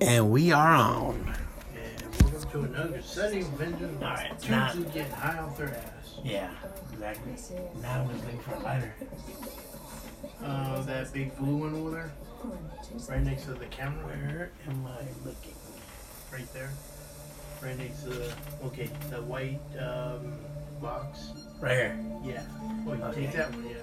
And we are on. Welcome to another Sunday Vengeance night. Alright, now- Churches getting high off their ass. Yeah, exactly. Now we look for a lighter. Uh, that big blue one over there, right next to the camera, Where am I looking? right there. Right next to the, okay, the white um, box. Right here. Yeah. Well, you Okay. take that one, yeah.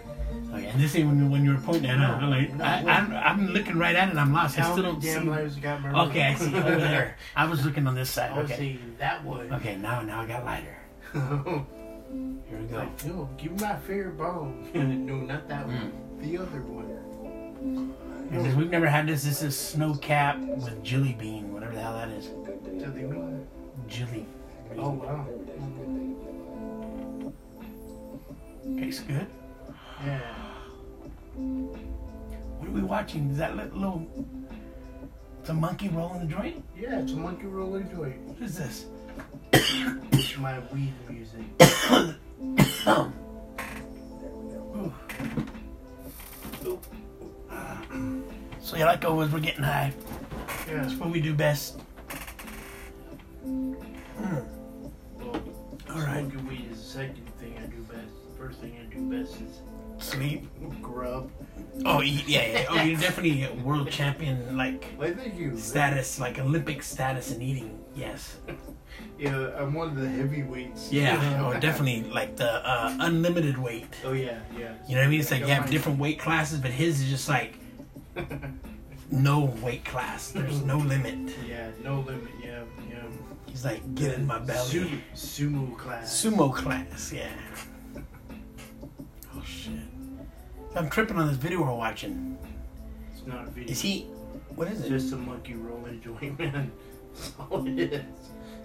Okay, and this ain't when, when you were pointing at out. I'm like, No, I, no. I'm, I'm looking right at it. I'm lost. I How still many don't see. damn lives got murdered? Okay, I see over there. I was looking on this side. I was Okay. seeing that one. Okay, now now I got lighter. Here we go. like, no, give me my fair bone. no, not that one. Mm. The other one. This is- we've never had this. This is snow cap with jelly bean, whatever the hell that is. To the one. Jelly. Oh, wow. Tastes good. Yeah. What are we watching? Is that little? little it's a monkey rolling the joint. Yeah, it's a monkey rolling joint. What is this? It's my weed music. So yeah, like always, we're getting high. Yeah. That's what we do best. All All right. right. Smoking weed is the second thing I do best. First thing I do best is Sleep. grub. Oh y- yeah, yeah. Oh, you're definitely a world champion, like Why thank you. status, like Olympic status in eating. Yes. Yeah, I'm one of the heavyweights. Yeah. Or definitely like the uh, unlimited weight. Oh yeah, yeah. You know what I mean? It's like you have different weight classes, but his is just like no weight class. There's no limit. Yeah, no limit. Yeah, yeah. He's like, get in my Sumo, belly. sumo class. Sumo class, yeah. Oh shit. I'm tripping on this video we're watching. it's not a video. Is he? What is It's it? just a monkey rolling joint, man. That's all it is.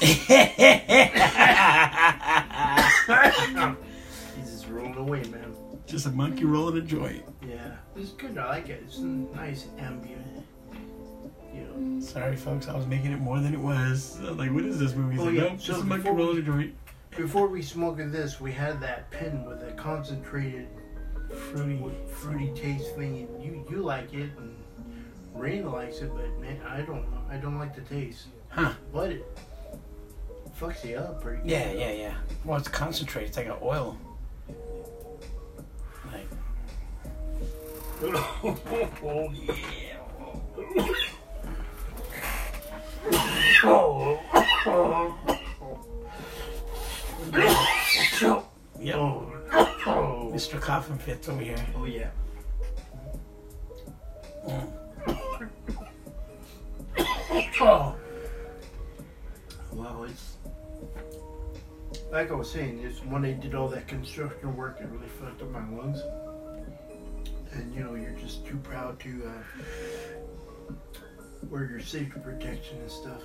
He's just rolling away, man. just a monkey rolling a joint. Yeah, it's good. I like it. It's a nice ambient. You know. Sorry, folks. I was making it more than it was. I was like, what is this movie? He's Oh, like, yeah. nope, So just a monkey before- rolling a joint. Before we smoked this, we had that pin with a concentrated Fruity. fruity taste thing. And you you like it, and Rain likes it, but man, I don't. know. I don't like the taste. Huh. But it fucks you up pretty. good. Yeah, yeah, yeah. Well, it's concentrated. It's like an oil. Like, oh yeah. yep. Oh, oh. Mr. Coffin fits over here. oh yeah. Oh. Wow, it's like I was saying, it's when they did all that construction work, it really fucked up my lungs. And you know, you're just too proud to uh, wear your safety protection and stuff.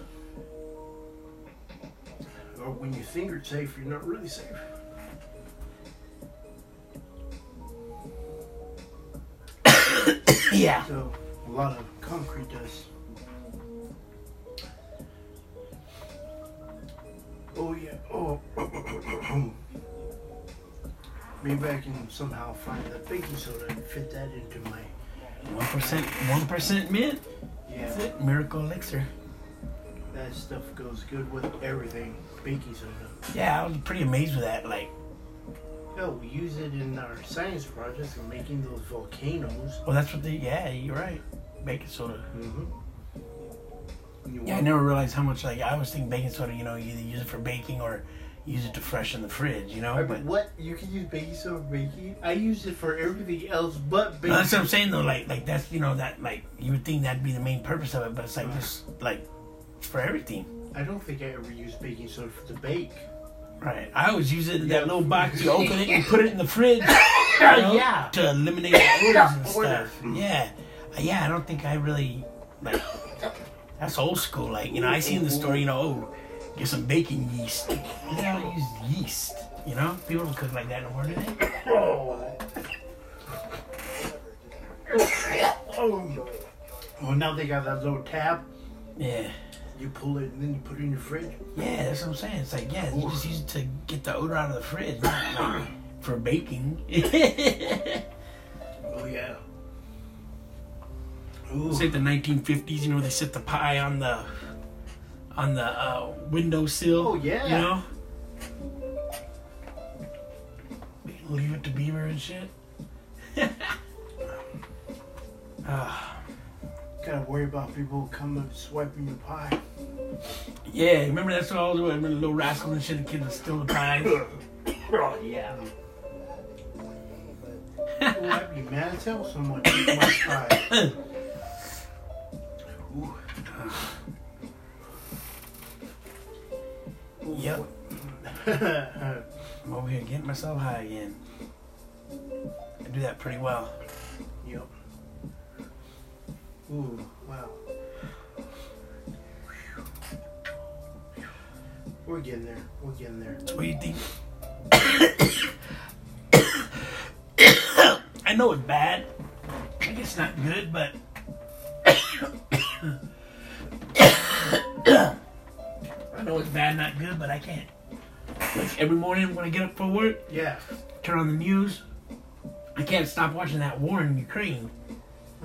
Or when you think you're safe, you're not really safe. Yeah. So a lot of concrete dust. Oh yeah. Oh. Maybe I can somehow find the baking soda and fit that into my. 1%, 1% mint. That's Yeah. it. Miracle elixir. That stuff goes good with everything. Baking soda. Yeah, I was pretty amazed with that. Like, Yeah, we use it in our science projects and making those volcanoes. well, oh, that's what the, yeah, you're right. Baking soda. Mm-hmm. You Yeah, I want- never realized how much, like, I always think baking soda, you know, you either use it for baking or use it to freshen the fridge, you know? I But mean, what you can use baking soda for baking? I use it for everything else but baking. No, that's what I'm saying though. Like, like that's you know that like you would think that'd be the main purpose of it, but it's like Right. just like for everything, I don't think I ever used baking soda for the bake. right? I always use it in Yeah. that little box. You open it, you put it in the fridge, you know, Yeah. to eliminate the odors and stuff. Odors. Yeah, Uh, yeah. I don't think I really like. That's old school. Like you know, I see in the store, you know, oh, get some baking yeast. You know, use yeast. You know, people don't cook like that no more, do they? Oh. oh. now they got that little tab. Yeah. You pull it and then you put it in your fridge. Yeah, that's what I'm saying. It's like, yeah, you just use it to get the odor out of the fridge, not like for baking. Oh yeah. Ooh. It's like the 1950s, you know, they set the pie on the on the uh, windowsill. Oh, yeah. You know? Leave it to Beaver and shit. Ah, Gotta worry about people coming swiping your pie. yeah, remember that's what I was doing. I remember the little rascal and shit, the kid was stealing the pies. Oh, yeah. Ooh, I'd be mad as hell if someone ate my pie. Ooh. Ooh, Yep. what- I'm over here getting myself high again. I do that pretty well. Yep. Ooh, wow. We're getting there. We're getting there. That's what you think. I know it's bad. I guess it's not good, but I know it's bad, not good, but I can't. Like every morning when I get up for work, Yeah. turn on the news. I can't stop watching that war in Ukraine.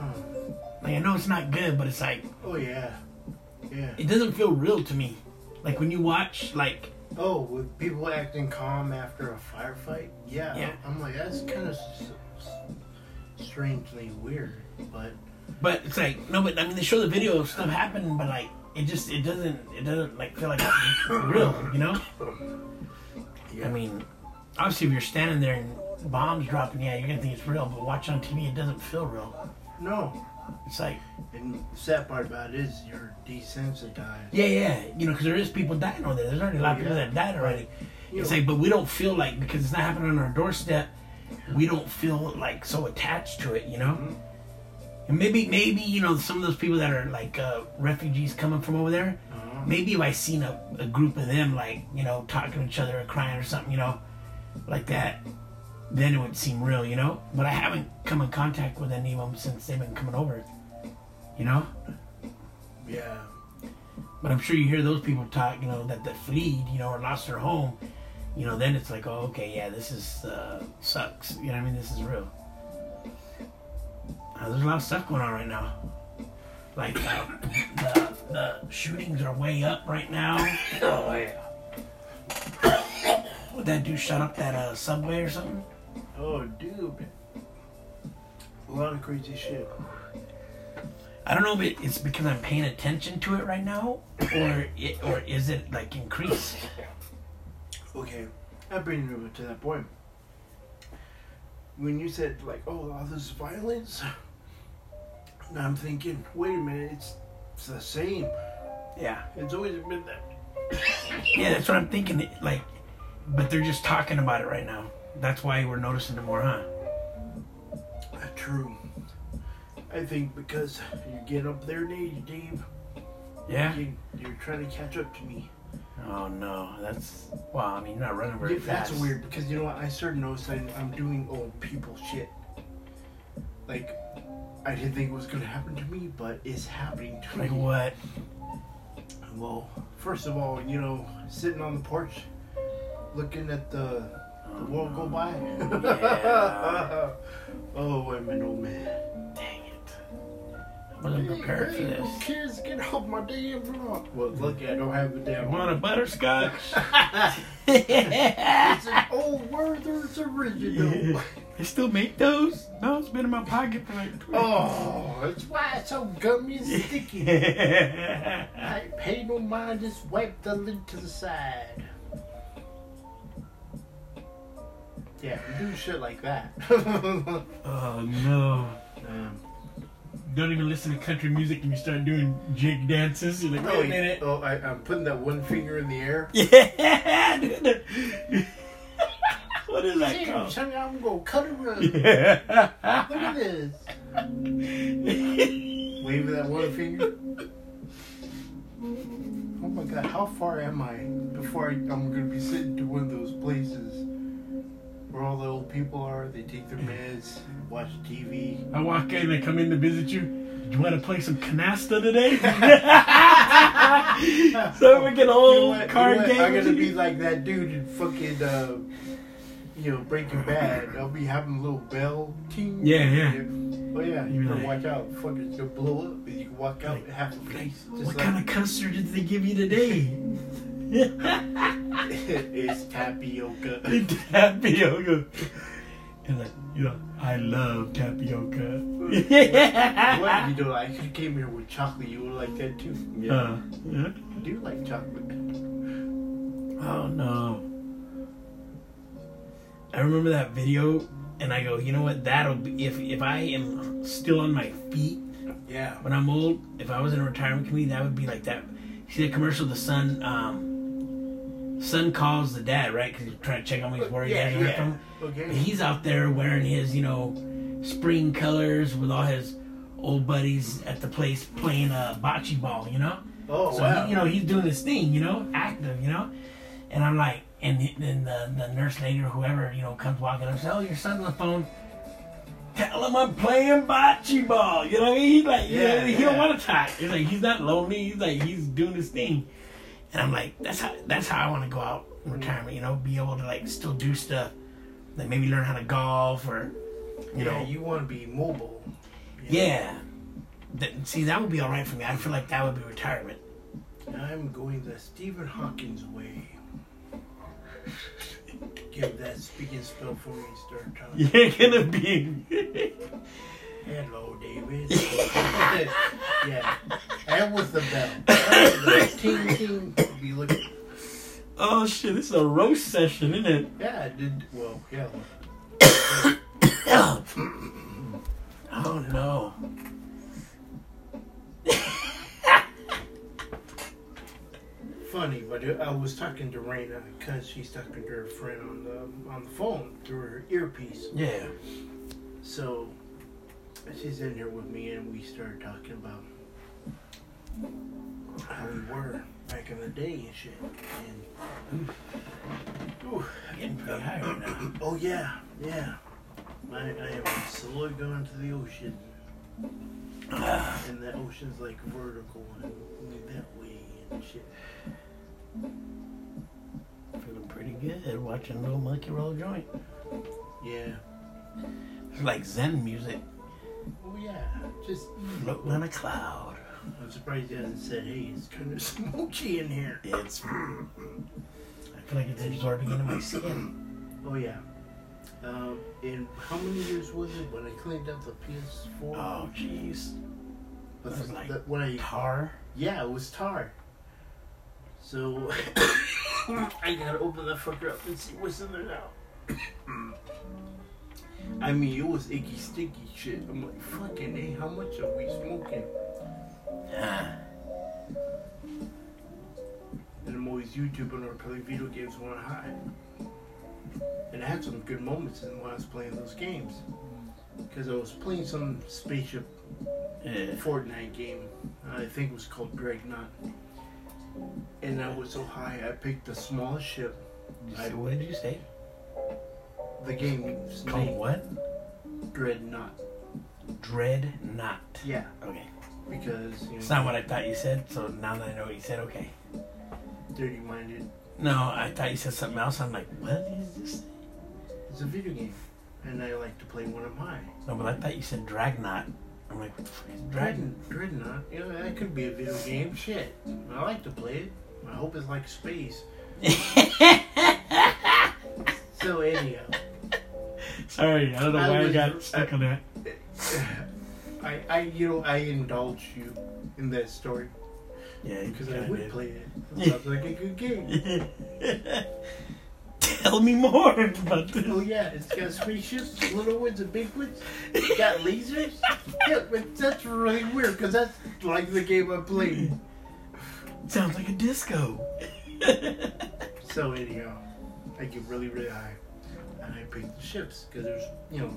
Oh, Like I know it's not good, but it's like oh yeah. Yeah. it doesn't feel real to me. Like when you watch, like Oh, with people acting calm after a firefight? Yeah. Yeah. I'm like, that's kind of s- s- strangely weird, but But it's like no, but I mean they show the video of stuff happening, but like it just it doesn't it doesn't like feel like real, you know? I mean, obviously if you're standing there and bombs dropping, yeah, you're gonna think it's real. But watch on TV, it doesn't feel real. no. It's like And the sad part about it is you're desensitized. yeah, yeah, you know, because there is people dying over there. There's already a lot of people that died already. It's like, but we don't feel like because it's not happening on our doorstep, we don't feel like so attached to it, you know. And maybe, maybe you know, some of those people that are like uh, refugees coming from over there, Uh-huh. maybe if I seen a, a group of them like you know talking to each other or crying or something, you know, like that, then it would seem real, you know. But I haven't come in contact with any of them since they've been coming over, you know. Yeah. But I'm sure you hear those people talk, you know, that that fleed, you know, or lost their home, you know, then it's like, oh, okay, yeah, this is uh, sucks. You know, what I mean, this is real. Uh, there's a lot of stuff going on right now. Like uh, the the shootings are way up right now. Oh, yeah. Would that dude shut up that uh, subway or something? Oh, dude. A lot of crazy shit. I don't know if it, it's because I'm paying attention to it right now, or it, or is it like increased? Okay, that brings me to that point. When you said like, "Oh, all this violence," and I'm thinking, "Wait a minute, it's, it's the same. Yeah. It's always been that." Yeah, that's what I'm thinking. it- Like, but they're just talking about it right now. That's why we're noticing it more, huh? Uh, True. I think because you get up there, Dave. Dave Yeah. you, you're trying to catch up to me. Oh no, that's well. I mean, you're not running very Yeah, that's fast. weird because you know what? I started noticing I'm doing old people shit. Like, I didn't think it was gonna happen to me, but it's happening to Like me. what? Well, first of all, you know, sitting on the porch, looking at the, the world go by. Oh, Yeah. oh, I'm an old man. Dang it! I wasn't prepared for Hey, this. Who cares? Get off my damn lawn. Well, look, I don't have a damn Want a butterscotch? It's an old Werther's original. they still make those? No, it's been in my pocket for like. 20 oh, that's why it's so gummy and sticky. yeah, I pay no mind, just wipe the lid to the side. Yeah, we do shit like that. Oh no. Um, Don't even listen to country music and you start doing jig dances. You're like, oh, wait a minute. oh, I, I'm putting that one finger in the air. Yeah, dude. what is that Damn, called? son, I'm gonna cut a rug. Look at Yeah. this. Wave that one finger. Oh my god, how far am I before I, I'm gonna be sitting to one of those places where all the old people are? They take their meds, watch TV. I walk in, I come in to visit you. Do you want to play some canasta today? so we can You know old what? You know card what? game. I'm gonna be like that dude in fucking, uh, you know, Breaking Bad. I'll be having a little bell. Ting. Yeah, yeah. Oh yeah, you You're can like- walk out, fucking you blow up, but you can walk out Like- half the Like, place. Just what like, kind of custard did they give you today? it's tapioca. tapioca. And like, you know, I love tapioca. what you know? I could came here with chocolate. You would like that too. Uh, yeah. I do like chocolate. Oh no. I remember that video and I go, you know what, that'll be if if I am still on my feet Yeah. when I'm old, if I was in a retirement community, that would be like that. You see that commercial, the son, um, son calls the dad, right? Because he's trying to check on him, he's worried. Yeah, he hasn't heard yeah. from him. Okay. But he's out there wearing his, you know, spring colors with all his old buddies at the place playing uh, bocce ball, you know? oh so, wow. he, you know, he's doing his thing, you know, active, you know? And I'm like, and then the, the nurse lady or whoever, you know, comes walking up and says, oh, your son's on the phone. Tell him I'm playing bocce ball. You know what I mean? He's like, you know, Yeah, he don't yeah. want to talk. He's like, he's not lonely. He's like, he's doing his thing. And I'm like, that's how that's how I want to go out in retirement. You know, be able to like still do stuff, like maybe learn how to golf or, you yeah, know, you want to be mobile. yeah. That, see, that would be all right for me. I feel like that would be retirement. I'm going the Stephen Hawkins way. Give that speaking spell for me, start talking. You ain't gonna be. Hello, David. yeah, and with the bell. That was the ting ting. Be looking. oh shit, this is a roast session, isn't it? Yeah, I did. Well, yeah. oh no. Funny, but I was talking to Raina because she's talking to her friend on the on the phone through her earpiece. Yeah. So she's in here with me, and we started talking about how we were back in the day and shit. And Ooh, I'm getting pretty high right now. oh yeah, yeah, I, I am slowly going to the ocean, and the ocean's like vertical and that way and shit. Feeling pretty good watching Little Monkey Roll a Joint. Yeah. It's like Zen music. Oh yeah, just. Floating on a cloud. I'm surprised he hasn't said, "Hey, it's kind of smoky in here." It's. I feel like it's absorbing into my skin. Oh yeah. Um, and how many years was it when I cleaned out the PS4? Oh, jeez. But That was the- like- the- when I, Tar? yeah, it was tar. So I gotta open that fucker up and see what's in there now. I mean, it was icky sticky shit. I'm like, fucking, hey, how much are we smoking? Yeah. And I'm always YouTubing or playing video games when I'm high. And I had some good moments in when I was playing those games. Because I was playing some spaceship yeah. Fortnite game. uh, I think it was called Dreadnought. And I was so high, I picked the smallest ship. You I- say- what did you say? The game's Called name what? Dreadnought. Dreadnought. Yeah, Okay. because you It's know, not what I thought you said, so now that I know what you said, okay. dirty-minded. No, I thought you said something else. I'm like, what is this? It's a video game, and I like to play when I'm high. No, but I thought you said Dragnot. I'm like, what the fuck is Dragon? Dread Dreadnought. You know that could be a video game. Shit, I like to play it. I hope it's like space. So anyhow, Sorry, I don't know I why I was- got stuck on that. I, I, you know, I indulge you in that story Yeah, you because I kinda would did. play it. It sounds like a good game. Tell me more about Oh this. yeah, it's got spaceships, little ones and big ones. It's got lasers. Yeah, but that's really weird because that's like the game I played. Sounds like a disco. So anyhow, I get really really high, and I pick the ships because there's you know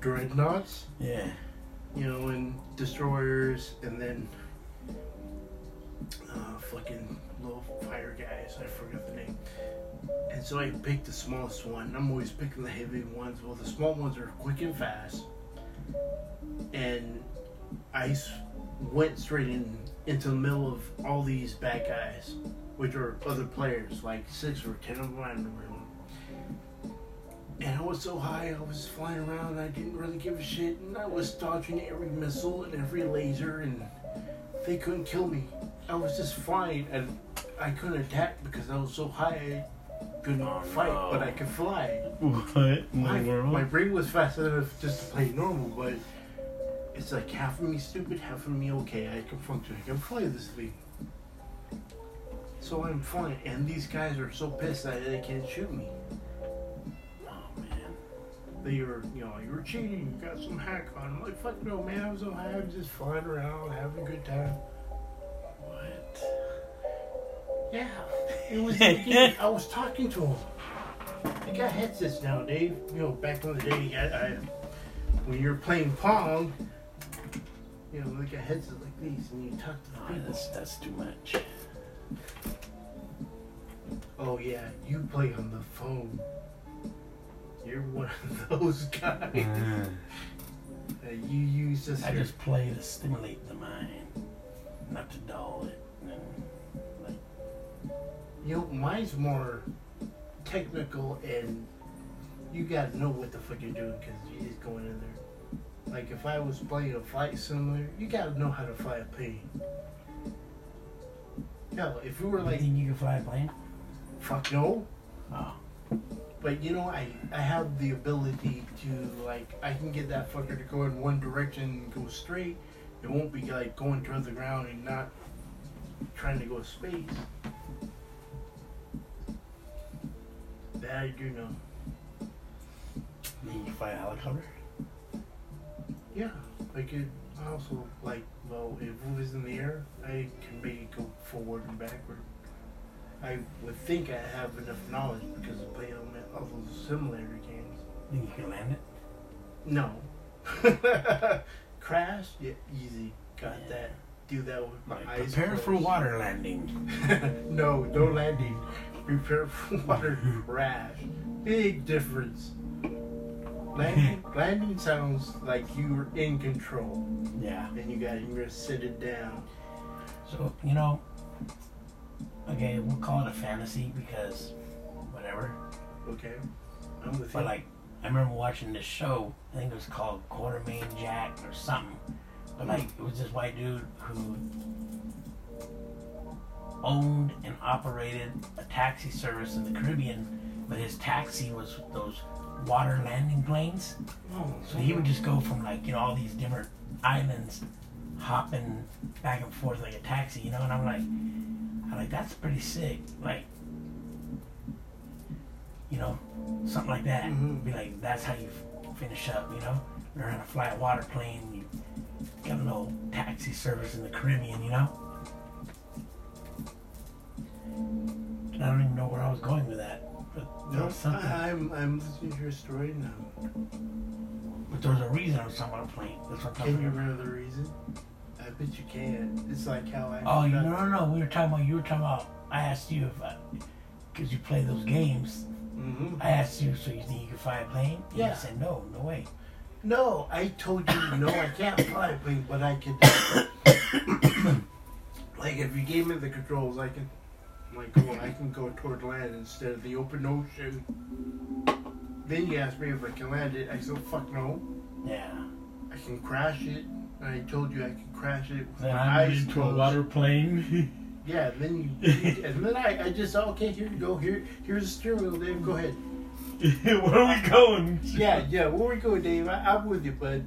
dreadnoughts, yeah. you know, and destroyers, and then uh, fucking little fire guys. I forgot the name. And so I picked the smallest one. I'm always picking the heavy ones. Well, the small ones are quick and fast. And I s- went straight in into the middle of all these bad guys, which are other players, like six or ten of them. I don't remember. And I was so high, I was flying around. I didn't really give a shit, and I was dodging every missile and every laser, and they couldn't kill me. I was just flying, and I couldn't attack because I was so high. I couldn't Oh, fight, no. but I could fly. What in My, the world? my brain was fast enough just to play normal, but it's like half of me stupid, half of me okay. I can function. I can fly this thing. So I'm flying, and these guys are so pissed that they can't shoot me. oh man. They were, you know, you were cheating. You got some hack on. I'm like, fuck no, man. I was so high, I was just flying around, having a good time. What? Yeah, it was. the beginning. I was talking to him. They got headsets now, Dave. You know, back in the day, I, I, when you're playing pong, you know, they got headsets like these, and you talk to Oh, the people. that's that's too much. Oh yeah, you play on the phone. You're one of those guys. that you use this. I here. just play to stimulate the mind, not to dull it. And You know, mine's more technical, and you gotta know what the fuck you're doing because you're just going in there. Like if I was playing a flight simulator, you gotta know how to fly a plane. Hell, if we were you like, think you can fly a plane? fuck no, Oh, but you know, I I have the ability to like I can get that fucker to go in one direction and go straight. It won't be like going towards the ground and not trying to go to space. That I do know. you think you can fly a helicopter? Yeah, I could I also like well if it was in the air, I can maybe go forward and backward. I would think I have enough knowledge because I play all, my, all those simulator games. You think you can land it? No. Crash? Yeah, easy. Got Yeah. that. Do that with my eyes. Prepare for closed. water landing. no, no landing. Prepare for water crash. Big difference. Landing, landing sounds like you're in control. Yeah. Then you got you're gonna sit it down. So you know, okay, we'll call it a fantasy because whatever. Okay, I'm with But you. like, I remember watching this show. I think it was called Quartermain Jack or something. But like, it was this white dude who owned and operated a taxi service in the Caribbean. But his taxi was those water landing planes. oh, So he would just go from like you know all these different islands, hopping back and forth like a taxi, you know. And I'm like, I'm like that's pretty sick, like, you know, something like that. Mhm. Be like that's how you f- finish up, you know. Learn how to fly a water plane. You got a little taxi service in the Caribbean, you know. And I don't even know where I was going with that, but there no, was something. I, I'm I'm listening to your story now. But there was a reason I was talking about a plane. That's what I'm talking Can about. you remember the reason? I bet you can. It's like how I. Oh, you, found no, out- no, no. We were talking about, you were talking about, I asked you if, because you play those games, Mhm. I asked you, so you think you could fly a plane? And Yeah. You said, no, no way. No, I told you no, I can't fly a plane, but I could. like if you gave me the controls, I can. Like, oh, I can go toward land instead of the open ocean. Then you asked me if I can land it. I said, fuck no. Yeah. I can crash it. And I told you I could crash it with Then my I eyes moved to a closed. water plane. Yeah, and then you, and then I, I just oh, okay, here you go. Here, here's the steering wheel, Dave. Go ahead. Where are we going? Yeah, yeah. Where we go, Dave? I, I'm with you, bud.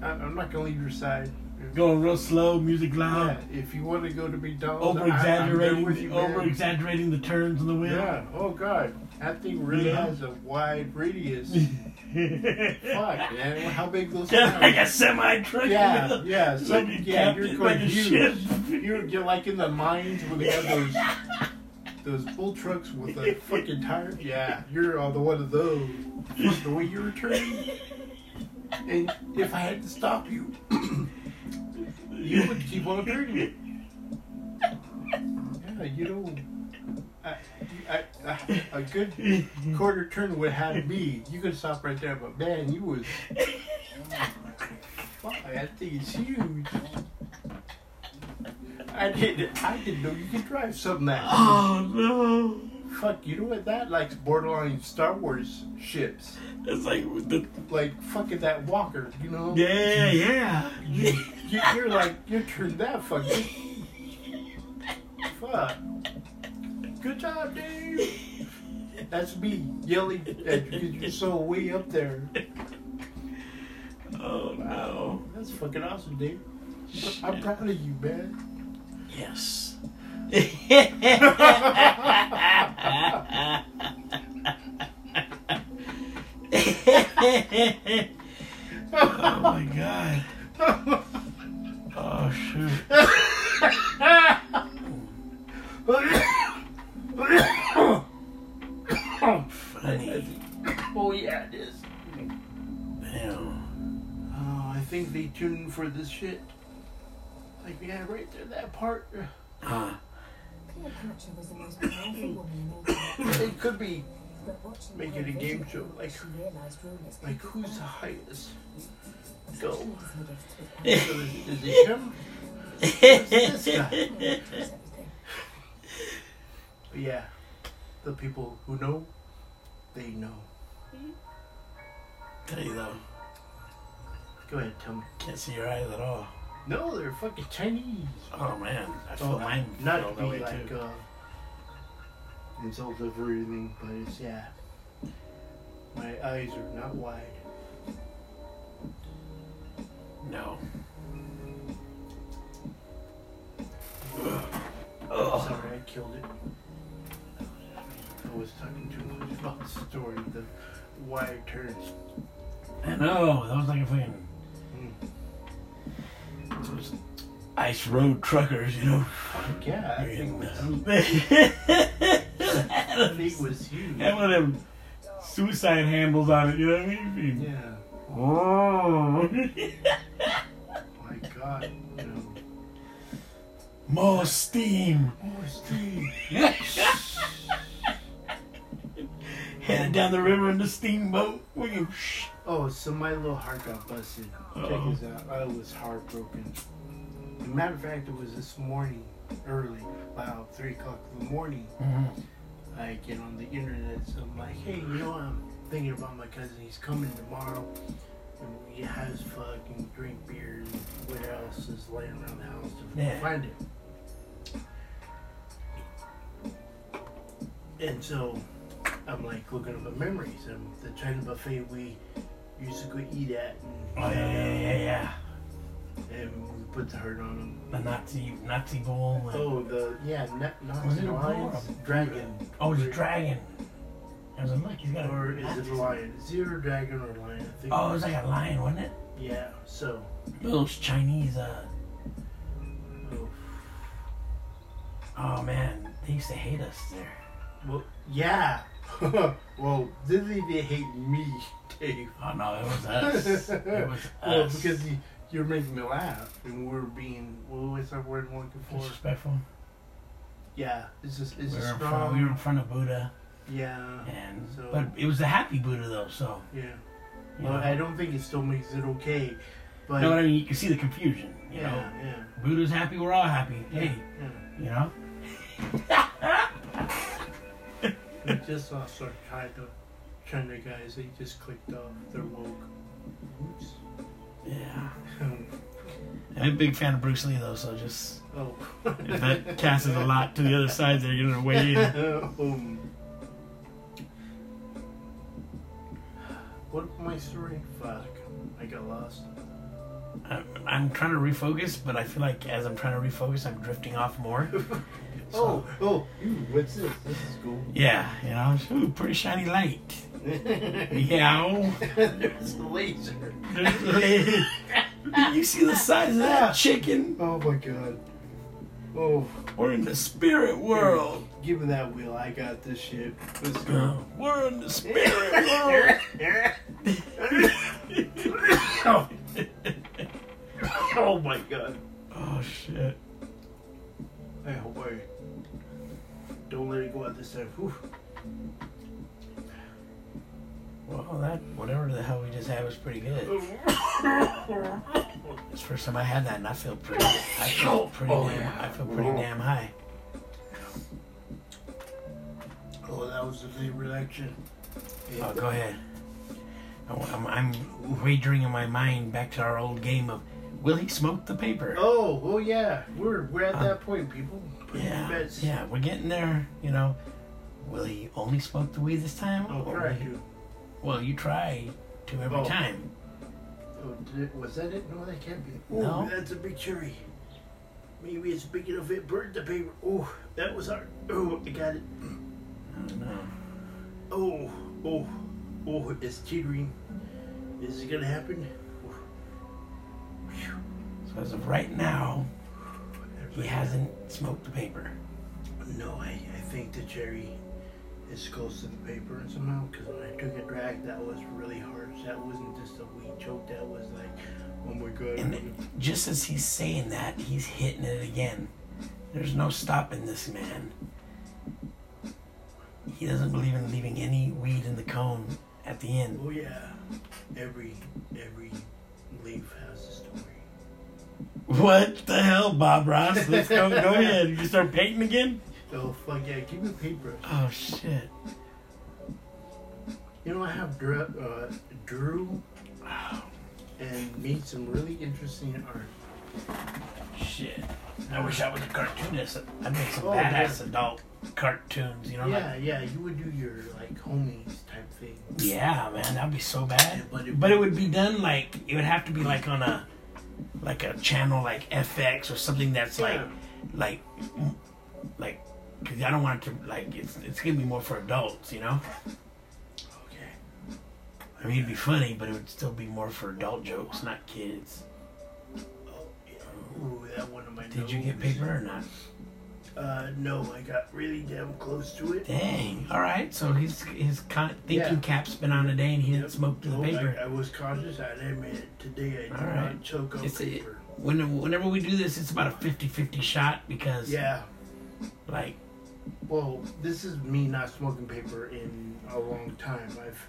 I, I'm not gonna leave your side. Going real slow, music loud, Yeah, if you want to go to McDonald's, over exaggerating, over exaggerating the turns on the wheel. Yeah. Oh God, that thing really Yeah. has a wide radius. Fuck, man. How big those? Just like a are? semi truck. Yeah, yeah. So like a yeah, you're captain, like a ship. confused. You're, you're like in the mines where they have those those bull trucks with a fucking tire. Yeah, you're all the one of those. Fuck, the way you're turning. And if I had to stop you, you would keep on turning. Yeah, you know, I, I, I, a good quarter turn would have me. You could stop right there, but man, you was. Fuck, that thing is huge. I didn't. I didn't know you could drive something that. Oh no. fuck, you know what? That likes borderline Star Wars ships. It's like the Like, fucking that Walker, you know? yeah, yeah. You, you're like, you turned that fucking. fuck. Good job, dude. That's me yelling at you 'cause you're so way up there. oh no. That's fucking awesome, dude. I'm proud of you, man. Yes. oh my god. Oh shoot. Funny. oh yeah, it is. Damn. Oh, I think they tuned in for this shit. Like, yeah, right there, that part. Huh. Cleopatra was the most powerful woman in all time, It could be but watching Make it a television, game show, like- she realized Romans could like, be who's the bad. highest? Go. She was gifted with So is, is it him? Who's this guy? animals, everything. But yeah, the people who know, they know. Tell you though, Go ahead, tell me. can't see your eyes at all. No, they're fucking Chinese. Oh man, I feel Well, mine feel not that be way like too. uh, insult of everything, but it's yeah. My eyes are not wide. No. Oh. Sorry, I killed it. I was talking too much about the story, the wide turns. I know, that was like a fucking. Those ice road truckers, you know. Yeah, I think And, uh, that thing was huge. had one of them suicide handles on it, you know what I mean? Yeah. Oh. My God. You know. More steam. More steam. Headed down the river in the steamboat. We can shh. Oh, so my little heart got busted. Check Uh-oh. this out. I was heartbroken. As a matter of fact, it was this morning, early, about 3 o'clock in the morning. Mm-hmm. I get on the internet, so I'm like, hey, you know, I'm thinking about my cousin. He's coming tomorrow. And we have his fucking drink beer and what else is laying around the house to Yeah. find it. And so I'm like looking up at memories. And the China buffet we used to go eat at. And, Oh, yeah, yeah, yeah, yeah. and we put the hurt on him. The Nazi, Nazi bull. and- Oh, the, yeah, not, not Was it a lions, bull or a- dragon. Oh, the dragon. I was like, look, he's got a. Or is it a lion? Is it a dragon or a lion? I think Oh, it was like a lion, wasn't it? Yeah, so. Those Chinese, uh, Oh, oh man, they used to hate us there. well, yeah. well, then they, they hate me, Dave. Oh no, it was us. it was Well, us. because you, you're making me laugh, and we're being, what was that word I'm looking for? disrespectful. Yeah, it's just, We it's were, just in front, we were in wrong. front of Buddha, Yeah, and So- but it was the happy Buddha though, so yeah. you Well, know, I don't think it still makes it okay, but. you know what I mean. You can see the confusion. You Yeah, know, yeah, Buddha's happy, we're all happy. Hey, yeah. you know. I just saw some China, China guys, they just clicked off. They're woke. Oops. Yeah, I'm a big fan of Bruce Lee though, so just oh. if that casts a lot to the other side, they're gonna weigh in. Um, what my story? Fuck, I got lost. I'm, I'm trying to refocus, but I feel like as I'm trying to refocus, I'm drifting off more. Oh, oh, ooh, what's this? This is cool. Yeah, you know, ooh, pretty shiny light. Meow. There's a laser. you see the size of that chicken? Oh my god. Oh, We're in the spirit world. give me that wheel. I got this shit. Let's go. We're in the spirit world. oh. oh my god. Oh shit. I hope I don't let it go out this time. Whew. Well, that whatever the hell we just had was pretty good. It's the first time I had that, and I feel pretty. I feel pretty damn. I feel pretty damn high. Oh, that was the labor action. Oh, go ahead. Oh, I'm, I'm wagering in my mind back to our old game of will he smoke the paper? Oh, oh yeah. We're we're at that point, people. Put your Uh, yeah, bets. yeah, we're getting there. You know, will he only smoke the weed this time? Oh, Or crap, will he- dude. Well, you try to every Oh. time. Oh, did it- was that it? No, that can't be. Oh, No. that's a big cherry. Maybe it's big enough it burned the paper. Oh, that was hard. Oh, I got it. I don't know. Oh, oh, oh, it's teetering. Is it gonna happen? Phew. So as of right now, he hasn't smoked the paper. No, I, I think the cherry is close to the paper and somehow because when I took a drag, that was really harsh. That wasn't just a weed choke, that was like, oh my god. And it- just as he's saying that, he's hitting it again. There's no stopping this man. He doesn't believe in leaving any weed in the cone at the end. Oh yeah, every every leaf has a story. What the hell, Bob Ross? Let's go. Go ahead. You start painting again? Oh fuck yeah, give me a paintbrush. Oh shit. You know I have Drew, uh, Drew and made some really interesting art. Shit. I wish I was a cartoonist. I'd make some Oh, badass adult cartoons, you know? like- Yeah, yeah, you would do your like homies type thing. yeah, man, that'd be so bad. But it- But it would be done like it would have to be like on a like a channel like FX or something that's like Yeah. like like because I don't want it to like it's it's gonna be more for adults, you know. Okay. I mean, it'd be funny, but it would still be more for adult jokes, not kids. Oh, Ooh, that one of my. Did you get nose. paper or not? Uh, no, I got really damn close to it. Dang. All right. So his his con- thinking Yeah. cap's been on a day, and he didn't Yep. Oh smoke to the Nope, I, paper. I was conscious. I admit it. Today I did All right. not choke on It's a, paper. when, whenever we do this, it's about a 50-50 shot because, yeah. like, Well, this is me not smoking paper in a long time. I've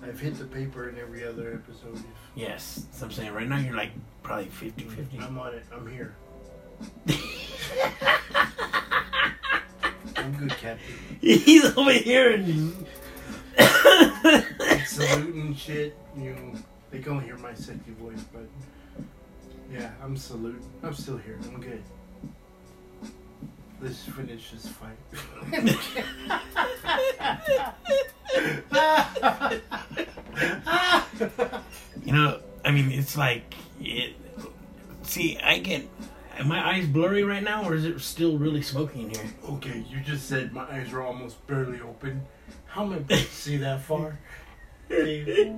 I've hit the paper in every other episode. yes, that's what I'm saying. Right now, you're like probably 50-50. Mm, I'm on it. I'm here. I'm good, Captain. He's over here and Saluting shit. You know, they can only hear my sexy voice, but yeah, I'm saluting. I'm still here. I'm good. Let's finish this fight. you know, I mean, it's like it. See, I get. Are my eyes blurry right now, or is it still really smoky in here? Okay, you just said my eyes are almost barely open. How am I supposed to see that far? Dave?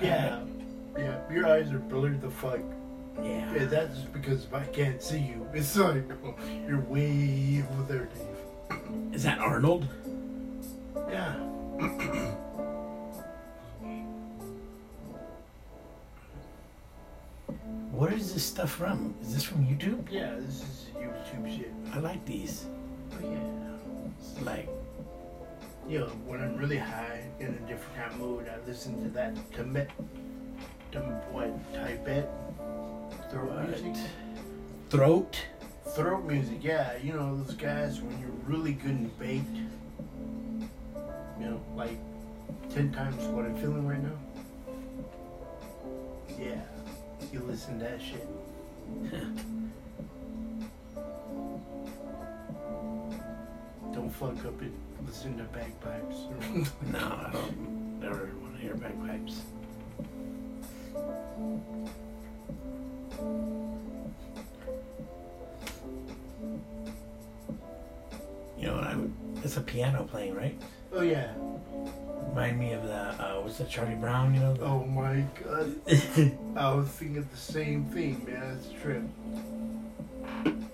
yeah. Yeah, your eyes are blurred the fuck. Yeah. Yeah, that's just because I can't see you. It's like, oh, you're way over there, Dave. Is that Arnold? Yeah. Where is this stuff from? Is this from YouTube? Yeah, this is YouTube shit. I like these. But yeah. It's like, You know, when I'm really high in a different kind of mood, I listen to that Tibet, Tim- what, Tibet throat music. Throat? Throat music, yeah. You know those guys when you're really good and baked. You know, like ten times what I'm feeling right now. Yeah, you listen to that shit. Don't fuck up it. Listen to bagpipes. No, I don't ever want to hear bagpipes. You know, I'm, it's a piano playing, right? oh yeah. Remind me of the, uh, what's that, Charlie Brown, you know? the- Oh my god. I was thinking the same thing, man. That's a trip.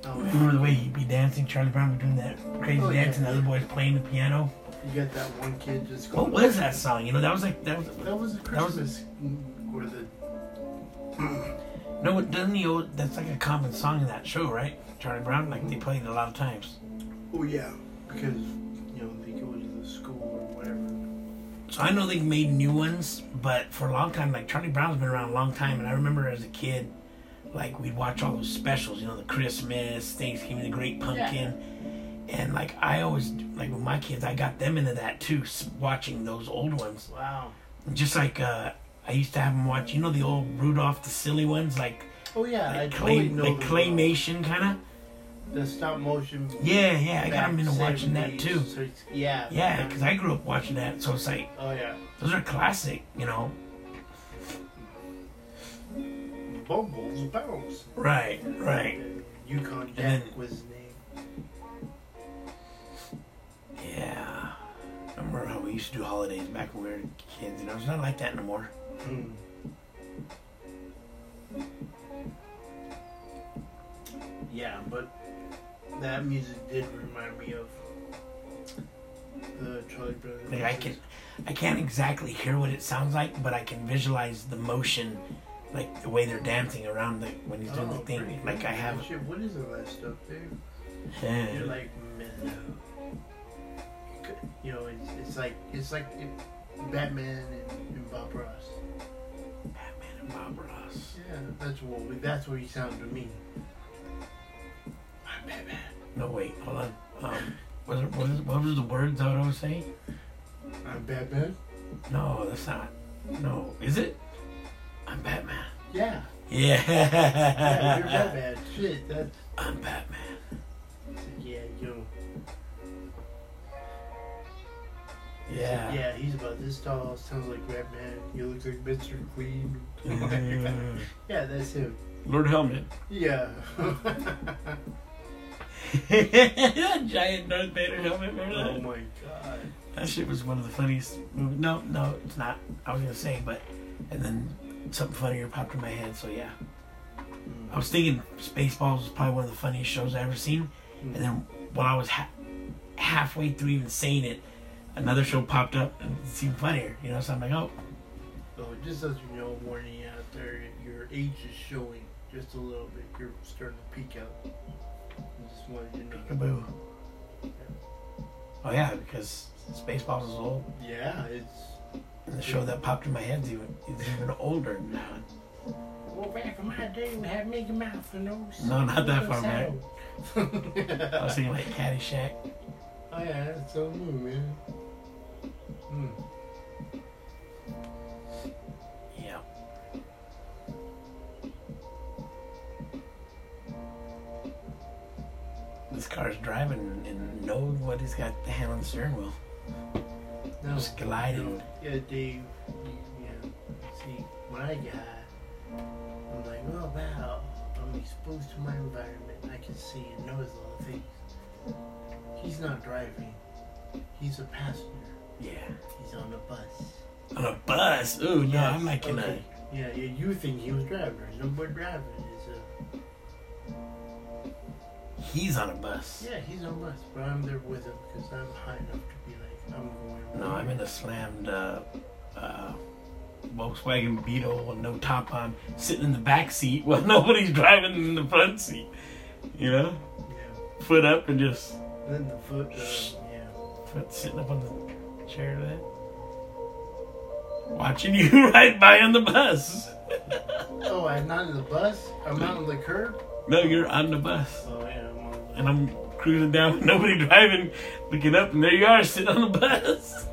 Oh, Remember the way he'd be dancing, Charlie Brown would be doing that crazy Oh, yeah. dance and the other boys playing the piano? you got that one kid just What going. was that song? You know, that was like, that was, That was a That was- Christmas mm, or the no, it doesn't he, al- that's like a common song in that show, right? Charlie Brown, like they played it a lot of times. oh yeah because you know they go to the school or whatever. So I know they've made new ones, but for a long time, like Charlie Brown's been around a long time, and I remember as a kid, like we'd watch all those specials, you know, the Christmas, Thanksgiving, the Great Pumpkin, And like I always like with my kids, I got them into that too, s- watching those old ones. Wow. Just like uh, I used to have them watch, you know, the old Rudolph the silly ones, like Oh yeah, I like, totally clay, know like the- claymation kind The stop motion. of. Yeah, yeah, I got them back into watching that 70s, too. 60s. Yeah. Yeah, because I grew up watching that, so it's like Oh yeah. those are classic, you know. Bumbles bounce. Right, right. Yukon then- Jack was his name. Yeah. I remember how we used to do holidays back when we were kids, you know, it's not like that anymore. Mm. Yeah, but that music did remind me of the Charlie Brown. Like I can I can't exactly hear what it sounds like, but I can visualize the motion like the way they're dancing around the when he's doing the thing. pretty Like I have Oh, Shit, what is all that stuff, dude? You're yeah. like mellow. You know, it's, it's like it's like it, Batman and, and Bob Ross. Batman and Bob Ross. Yeah, that's what we, that's what you sound to me. I'm Batman. No wait, hold on. Um what, are- what, is, what was the words I would always say? I'm Batman. No, that's not. No, is it? I'm Batman. Yeah, Yeah. yeah you're Batman. Shit, that I'm Batman. Yeah, yo. Yeah. Yeah, he's about this tall. Sounds like Batman. You look like Mr. Clean. Mm. yeah, that's him. Lord Helmet. Yeah. Oh Giant Darth Vader helmet, remember oh that? my god. That shit was one of the funniest movies. No, no, it's not. I was gonna say, but and then something funnier popped in my head, so yeah. I was thinking Spaceballs was probably one of the funniest shows I ever seen, and then when I was ha- halfway through even saying it, another show popped up and it seemed funnier, you know. So I'm like, oh, So just as you know, warning out there, your age is showing just a little bit. You're starting to peek out. I just wanted you to know. peekaboo. Oh yeah, because Spaceballs is old. Yeah, it's. And the show that popped in my head's even is even older now. Well, back in my day, we had Mickey Mouse and those. No, not that far back. I was back. thinking like Caddyshack. Oh yeah, that's so new, man. Hmm. Yeah. This car's driving and nobody's got the hand on the steering wheel. No, Just gliding. no. Yeah, Dave. Yeah. See, when I got, I'm like, oh wow, I'm exposed to my environment. I can see and notice all the things. He's not driving. He's a passenger. Yeah. He's on a bus. On a bus. Ooh, no, Yes, I'm like in okay. Yeah, yeah. You think he was driving? No, but driving is a. a. He's on a bus. Yeah, he's on a bus, but I'm there with him because I'm high enough to be like, I'm going. No, I'm in a slammed uh, uh, Volkswagen Beetle with no top on, sitting in the back seat while nobody's driving in the front seat. You know, Yeah. foot up and just Then the foot. Uh, yeah. foot sitting up on the chair there, watching you ride by on the bus. Oh, I'm not in the bus. I'm out on the curb. no, you're on the bus, Oh yeah, I'm on the and I'm cruising down with nobody driving, looking up, and there you are sitting on the bus.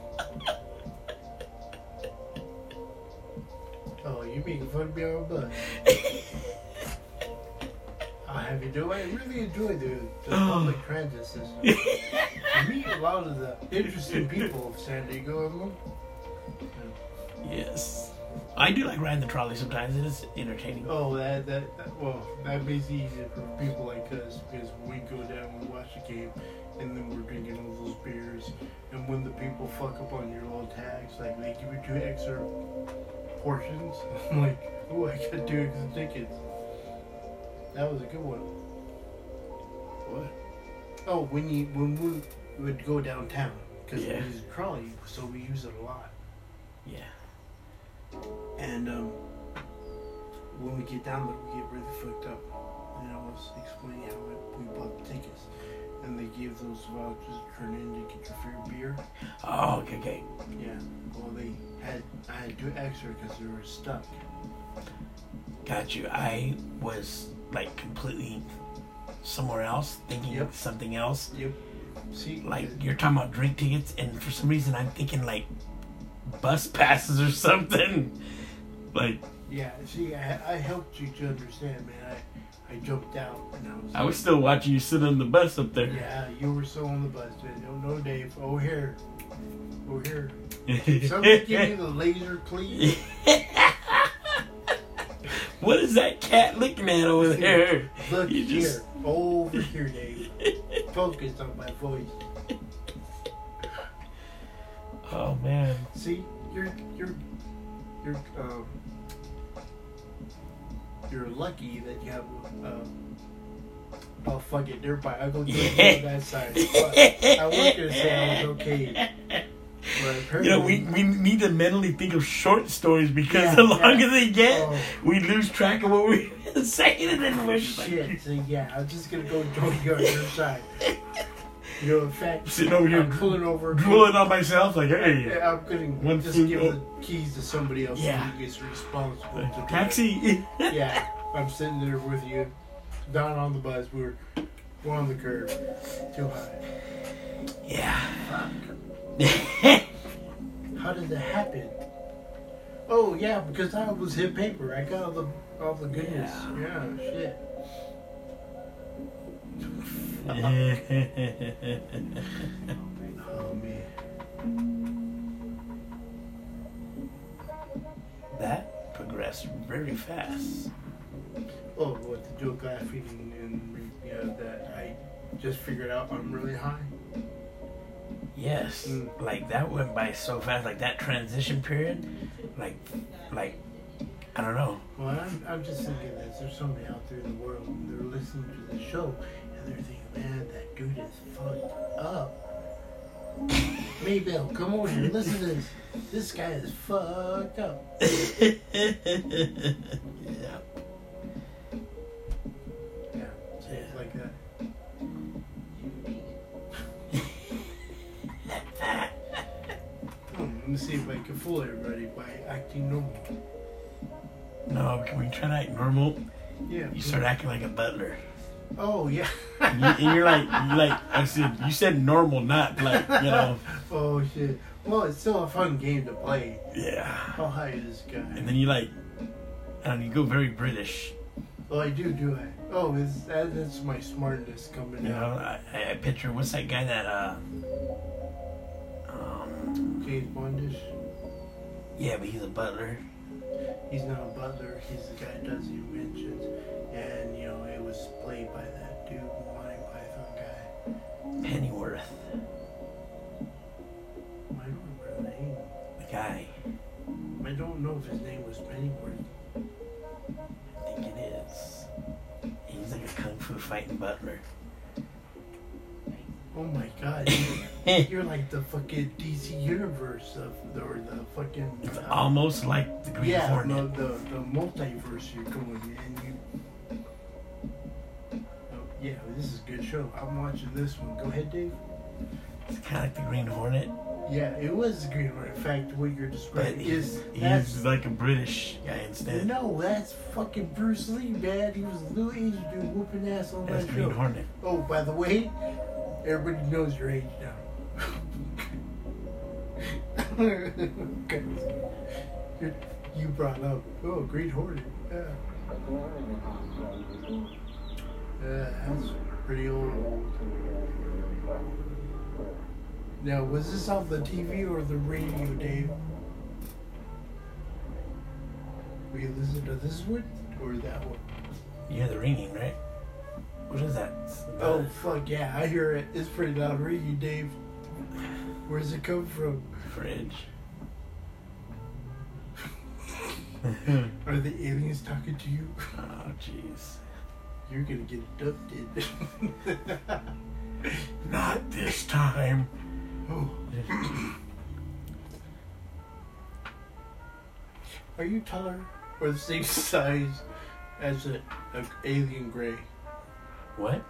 Oh, you making fun of me on a bus? I Oh, have you do. I really enjoy the, the public transit system. I meet a lot of the interesting people of San Diego. and them. Yes. I do like riding the trolley sometimes. It is entertaining. Oh, that, that that well, that makes it easier for people like us because we go down, we watch the game, and then we're drinking all those beers. And when the people fuck up on your little tags, like they give you two extra portions, I'm like, oh, I got two extra tickets. That was a good one. What? Oh, when you when we would go downtown because Yeah. we use a trolley, so we use it a lot. Yeah. And um, when we get down there, we get really fucked up. And I was explaining how we bought the tickets. And they gave those vouchers to turn in to get your fair beer. Oh, okay, okay. Yeah. Well, they had, I had two extra because they were stuck. Got you. I was like completely somewhere else, thinking Yep. something else. Yep. See, like you're talking about drink tickets, and for some reason I'm thinking like bus passes or something. Like yeah. See, I, I helped you to understand, man. I, I jumped out and I was. I was still watching you sit on the bus up there. Yeah, you were so on the bus, man. No, no, Dave. Oh here, oh here. Somebody give me Yeah. the laser, please. what is that cat looking at over there? Look You just- here, over here, Dave. Focus on my voice. Oh man. See, you're you're you're um you're lucky that you have um oh fuck it, never mind. I go Yeah. on that side. Fuck. I was gonna say I was okay, but You apparently know, we, we need to mentally think of short stories because Yeah, the longer yeah. they get, Oh. we lose track of what we were saying and then we're just like, shit. So yeah, I'm just gonna go join you on your side. You know, in fact, Sitting over here I'm pulling over. drooling on myself like, hey, Yeah, I'm gonna One just food give up. the keys to somebody else Yeah. who is responsible. to do it. taxi. yeah, I'm sitting there with you, down on the bus. We're we're on the curb, too high. yeah. How did that happen? Oh yeah, because I was hit paper. I got all the all the goodness. Yeah, shit. Oh man. that progressed very fast. Oh, with the joke laughing and, and you know, that I just figured out I'm really high. Yes, Mm. like that went by so fast. Like that transition period, like, like, I don't know. Well, I'm, I'm just thinking this. There's somebody out there in the world, and they're listening to the show, and they're thinking, man, that dude is fucked up. Maybell, come over here. Listen to this. This guy is fucked up. yeah. Yeah, so it's like that. Hmm, Let me see if I can fool everybody by acting normal. No, can we try to act normal? Yeah. You start acting like a butler. Oh yeah. You, and you're like, you like I said, you said normal, not like, you know, Oh shit. Well, it's still a fun game to play. yeah. How high is this guy? And then you like, and you go very British. Oh, I do do it. Oh, is that, that's my smartness coming You know, out. I, I I picture what's that guy that uh, um, James Bondish. yeah, but he's a butler. He's not a butler. He's the guy that does the inventions. And you know, it was played by that dude, Monty Python guy. Pennyworth, I don't remember the name. the guy. I don't know if his name was Pennyworth. I think it is. He's like a kung fu fighting butler. Oh my god. You're like the fucking DC universe of the, or the fucking. It's uh, almost like the Green Yeah, Hornet. no, the, the multiverse you're going in. You... Oh, yeah, this is a good show. I'm watching this one. Go ahead, Dave. It's kind of like the Green Hornet, Yeah, it was the Green Hornet. In fact, what you're but describing he's, is that's he's like a British guy instead. no, that's fucking Bruce Lee, man. He was a little age dude whooping ass on That's that Green show. Hornet. Oh, by the way, everybody knows your age now. Okay. you you brought up, oh, Green Hornet. Yeah. Yeah, that's pretty old. Now, was this off the TV or the radio, Dave? We listened to this one or that one? You hear the ringing, right? What is that? Oh fuck yeah, I hear it. It's pretty loud. Where you, Dave? Where's it come from? fridge. Are the aliens talking to you? oh, jeez. You're gonna get abducted. Not this time. oh, are you taller or the same size as a, a alien gray? What?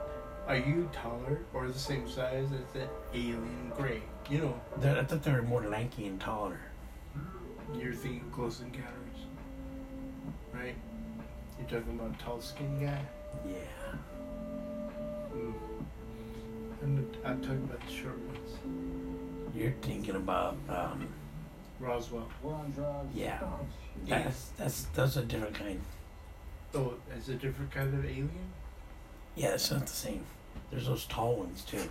Are you taller or the same size as that alien gray? You know, They're, I thought they were more lanky and taller. you're thinking close encounters, right? You're talking about tall, skinny guy. Yeah. I'm I talked about Hmm. the short ones. You're thinking about um, Roswell. yeah. That's that's that's a different kind. Oh, it's a different kind of alien? Yeah, it's not the same. There's those tall ones too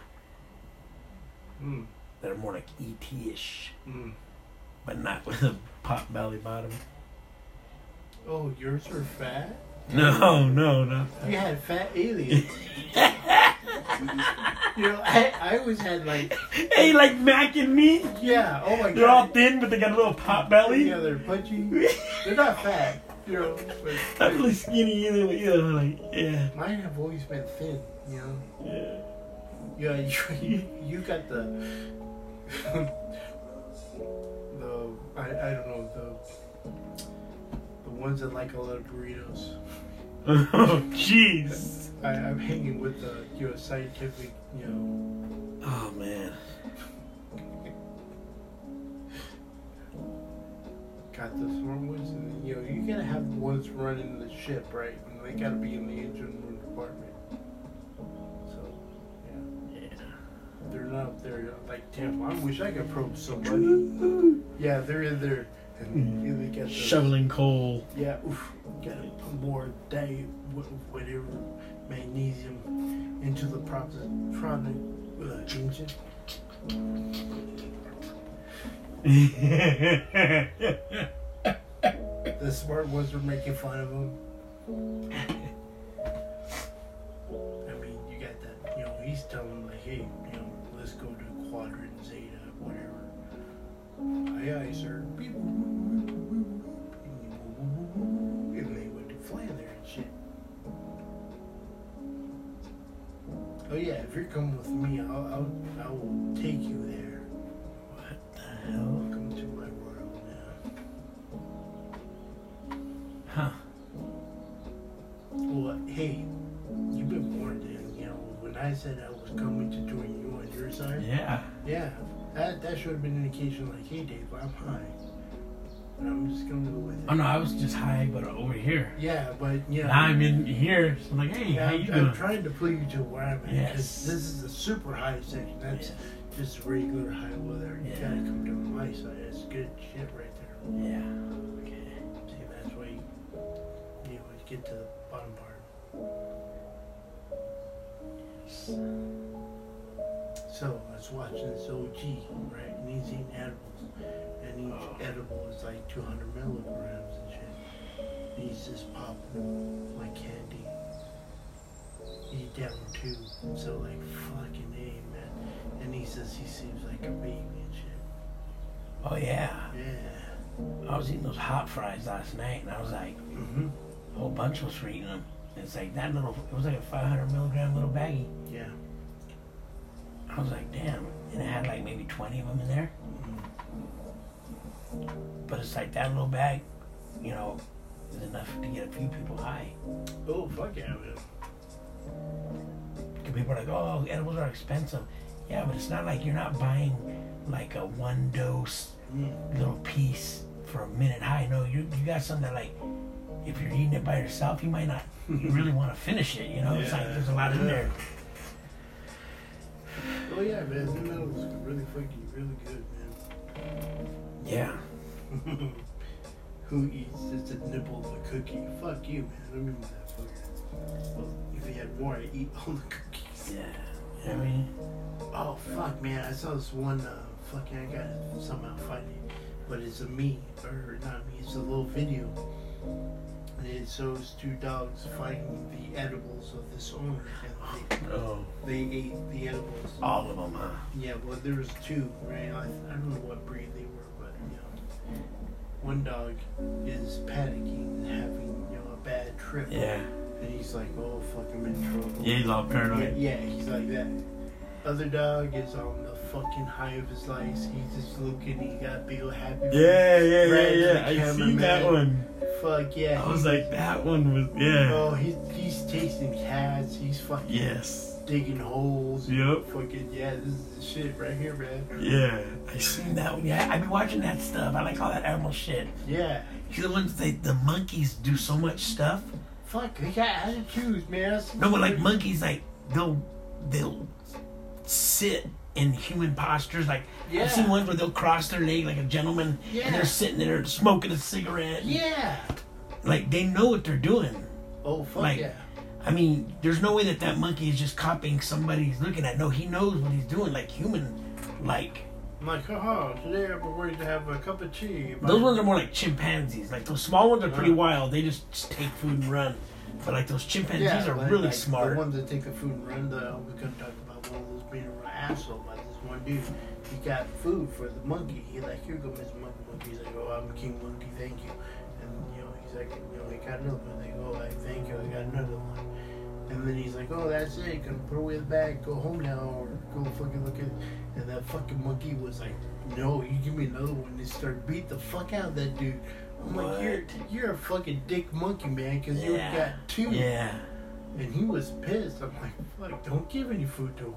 Mm. that are more like E ET ish, Mm. but not with a pot belly bottom. Oh, yours are fat? No, no, no. You had fat aliens. you know, I, I always had like, Hey, like mac and me? yeah, oh my They're all god. thin, but they got a little pot belly. Yeah, they're pudgy. They're not fat, you know. But, Not really skinny either. But you know, like yeah, mine have always been thin, you know. yeah. Yeah, you, you, you got the the I, I don't know the the ones that like a lot of burritos. Oh, jeez. I, I'm hanging with the you know scientific you know Oh man. got the storm ones and you know you gotta have the ones running the ship right and they gotta be in the engine room department. So yeah, they're not up there like damn. I wish I could probe somebody. Yeah, they're in there. And you know, they got the- Shoveling coal. Yeah, oof, gotta put more day, wh- whatever magnesium into the proper product uh, engine. The smart ones were making fun of him. I mean, you got that, you know, he's telling them, like, hey, you know, let's go to quadrant zeta, whatever. Aye, aye, sir. Beep, boop, boop, boop, boop, boop, boop. And they would fly there and shit. Oh, yeah, if you're coming with me, I'll, I'll, I will take you there. What the hell? Welcome to my world now. Huh? Well, hey, you've been warned, and you know when I said I was coming to join you on your side. Yeah. Yeah, that that should have been an indication like, hey, Dave, I'm high, and I'm just gonna go with it. Oh no, I was just high, but over here. Yeah, but you know, Now I'm in here. So I'm like, hey, yeah, how I'm, you I'm doing? trying to pull you to where I'm at. 'cause Yes. This is the super high section. That's Yeah. just regular high weather. You Yeah. gotta come to my side. That's good shit right there. Yeah. Okay. See, that's why you, you know, you get to the bottom part. So I was watching this OG, right? And he's eating edibles. And each Oh. edible is like 200 milligrams and shit. And he's just popping them like candy. He's down too. So, like, fucking A, man. And he says he seems like a baby and shit. Oh yeah. Yeah. I was eating those hot fries last night, and I was like, Mm-hmm. a whole bunch was for eating them. And It's like that little. It was like a 500 milligram little baggie. Yeah. I was like, damn. And it had like maybe 20 of them in there. But it's like that little bag, you know, is enough to get a few people high. Oh, fuck yeah, man. 'Cause People are like, oh, edibles are expensive. Yeah, but it's not like you're not buying like a one dose Mm. little piece for a minute high. No, you you got something that like if you're eating it by yourself, you might not you really want to finish it. You know, it's like Yeah. there's a lot in there. Oh yeah, man, that metal's really fucking really good, Yeah. man. Who eats just a nibble of a cookie? Fuck you, man. I remember that fucker. Well, if he had more, I'd eat all the cookies. Yeah. You know what I mean? Oh fuck, man! I saw this one. Uh, fucking, I gotta somehow find it, but it's a me or not me. It's a little video, and it shows two dogs finding the edibles of this owner, and Oh. they, they ate the edibles. All of them, huh? Yeah, well, there was two, right? I, I don't know what breed they were, but you know, one dog is panicking and having you know a bad trip. Yeah. and he's like, "Oh fuck, I'm in trouble." Yeah, he's all yeah, paranoid. yeah, he's like that. Other dog is on the fucking high of his life. He's just looking. He got big old happy. Yeah, yeah, yeah, Right to yeah. the I camera, seen that man. one. face. Fuck yeah. I was like, that one was yeah. Oh, he's he's chasing cats. He's fucking Yes. digging holes. Yep. Fucking yeah, this is the shit right here, man. Yeah. I seen that one. Yeah, I be watching that stuff. I like all that animal shit. Yeah. See the ones they the monkeys do so much stuff. Fuck, they got attitudes, man. That's- No, but like monkeys, like they'll they'll sit in human postures. Like Yeah. I've seen ones where they'll cross their leg like a gentleman, and Yeah. they're sitting there smoking a cigarette. Yeah. Like they know what they're doing. Oh fuck Like, Yeah. I mean, there's no way that that monkey is just copying somebody he's looking at. No, he knows what he's doing. Like human, like I'm like, haha, today I'm going to have a cup of tea. those ones are more like chimpanzees. Like those small ones are pretty wild. They just, just take food and run. But like those chimpanzees Yeah, are like- really like smart. The ones that take the food and run, though, we couldn't talk about one of those being a real asshole by this one dude. He got food for the monkey. He like, here go Miss Monkey Monkey. He's like, oh, I'm King Monkey, thank you. And you know, he's like, you know, he got another one. They go like, thank you, I got another one. And then he's like, oh, that's it. Gonna put away the bag, go home now, or go fucking look at. And that fucking monkey was like, no, you give me another one. They start beat the fuck out of that dude. I'm like, What? you're you're a fucking dick monkey, man, because you Yeah. got two. Yeah. And he was pissed. I'm like, fuck, don't give any food to him.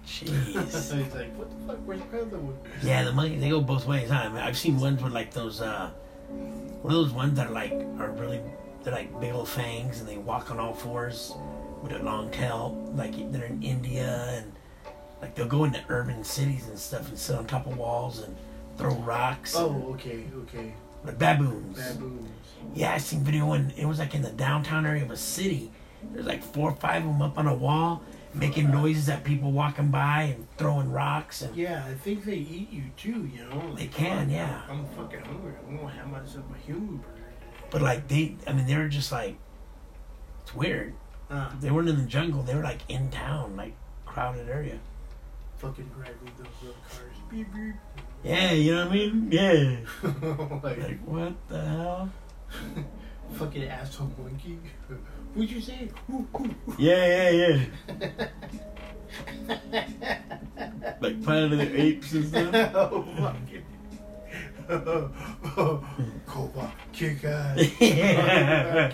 Jeez. so he's like, what the fuck, where's the other one? Yeah, the monkeys they go both ways. Huh? I mean, I've seen ones with like those, uh, one of those ones that are like are really they're like big old fangs and they walk on all fours with a long tail. Like they're in India and like they'll go into urban cities and stuff and sit on top of walls and throw rocks. Oh, okay, okay. like baboons. Baboons. Yeah, I seen video and it was like in the downtown area of a city. There's like four or five of them up on a wall making noises at people walking by and throwing rocks and Yeah, I think they eat you too, you know? they Like, can, yeah. I'm fucking hungry. I'm gonna have myself a human burger. But like they, I mean, they were just like, it's weird. Uh, They weren't in the jungle. They were like in town, like crowded area. fucking driving those little cars. Beep, beep. Yeah, you know what I mean? Yeah. like, Like what the hell? fucking asshole monkey. What'd you say? Woo, woo. Yeah, yeah, yeah. Like Planet of the Apes and stuff. oh, fucking. Cobra, kick ass. yeah.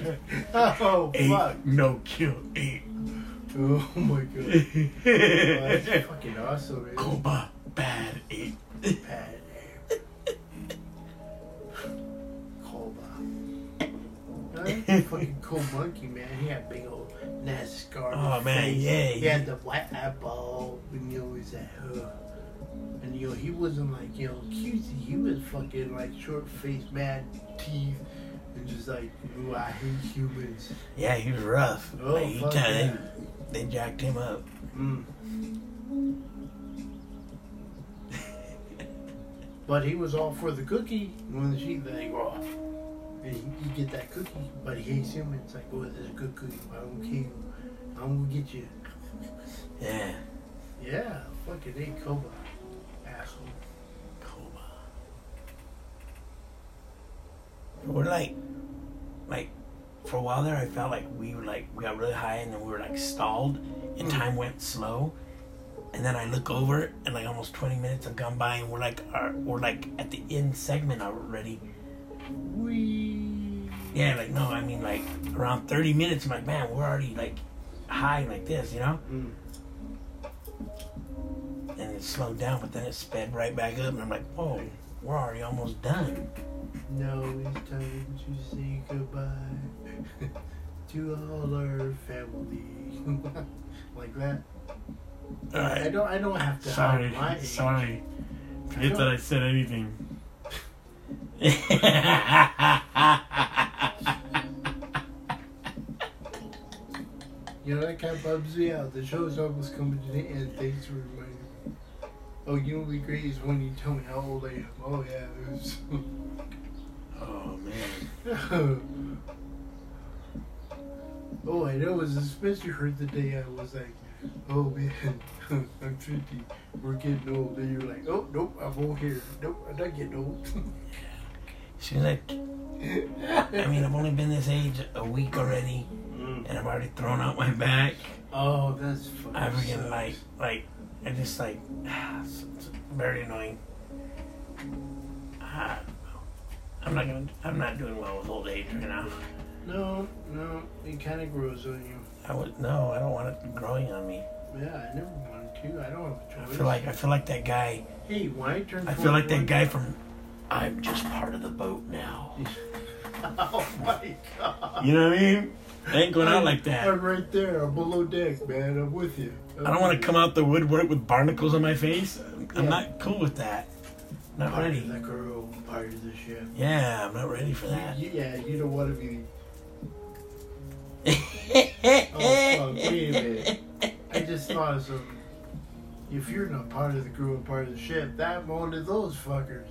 Oh, fuck. Ape, no kill ape. Oh my god. That's fucking awesome, man. Koba, bad ape. Bad Cobra. That's fucking cool monkey, man. He had big old nasty scar. on Oh, his man, face. yeah, He yeah. had the white eyeball. And, you know, he's like, huh. uh, And, you know, he wasn't like, you know, cutesy. He was fucking like short faced, mad teeth. And just like, ooh, I hate humans. Yeah, he was rough. Oh, like, he fuck kinda, yeah. they jacked him up. Mm. But he was all for the cookie. When she they go off, and you get that cookie. But he hates him. It's like, oh, this is a good cookie. but I don't kill you. I'm gonna get you. Yeah. Yeah, fucking ain't Cobra, asshole. Coma. We're like, like, for a while there, I felt like we were like, we got really high and then we were like stalled and time went slow. And then I look over and like almost 20 minutes have gone by and we're like, our, we're like at the end segment already. We. Yeah, like, no, I mean, like around 30 minutes, I'm like, man, we're already like high like this, you know? Mm. And it slowed down, but then it sped right back up and I'm like, whoa, we're already almost done. Now it's time to say goodbye to all our family. like that. All I right. don't. I don't have to. hide Sorry. my age. Sorry. Forget that I said anything. You know, that kind of bums me out. uh, The show's almost coming to the end. Thanks for reminding me. Oh, you know what would be great is when you tell me how old I am. Oh, yeah. It was Oh man. oh, I know. It was a special heard the day I was like, oh, man, I'm 50. We're getting old. And you're like, oh, nope, I'm old here. Nope, I'm not getting old. She's like, I mean, I've only been this age a week already, and I've already thrown out my back. Oh, that's fucking I freaking sucks. like, like, I just like, it's, it's very annoying. I don't know. I'm not gonna. I'm not doing well with old age right now. No, no, it kind of grows on you. I would no. I don't want it growing on me. Yeah, I never wanted to. I don't I have a choice. feel like I feel like that guy. Hey, when I turned I feel like that 41 guy from. I'm just part of the boat now. Oh my god. You know what I mean? I ain't going out like that. I'm right there. I'm below deck, man. I'm with you. I don't want to come out the woodwork with barnacles on my face. I'm not cool with that. Not Part of ready. the crew, part of the ship. Yeah, I'm not ready for that. You- Yeah, you don't want to be. Oh, fuck, wait a yeah, minute. I just thought of something. If you're not part of the crew and part of the ship, that one of those fuckers.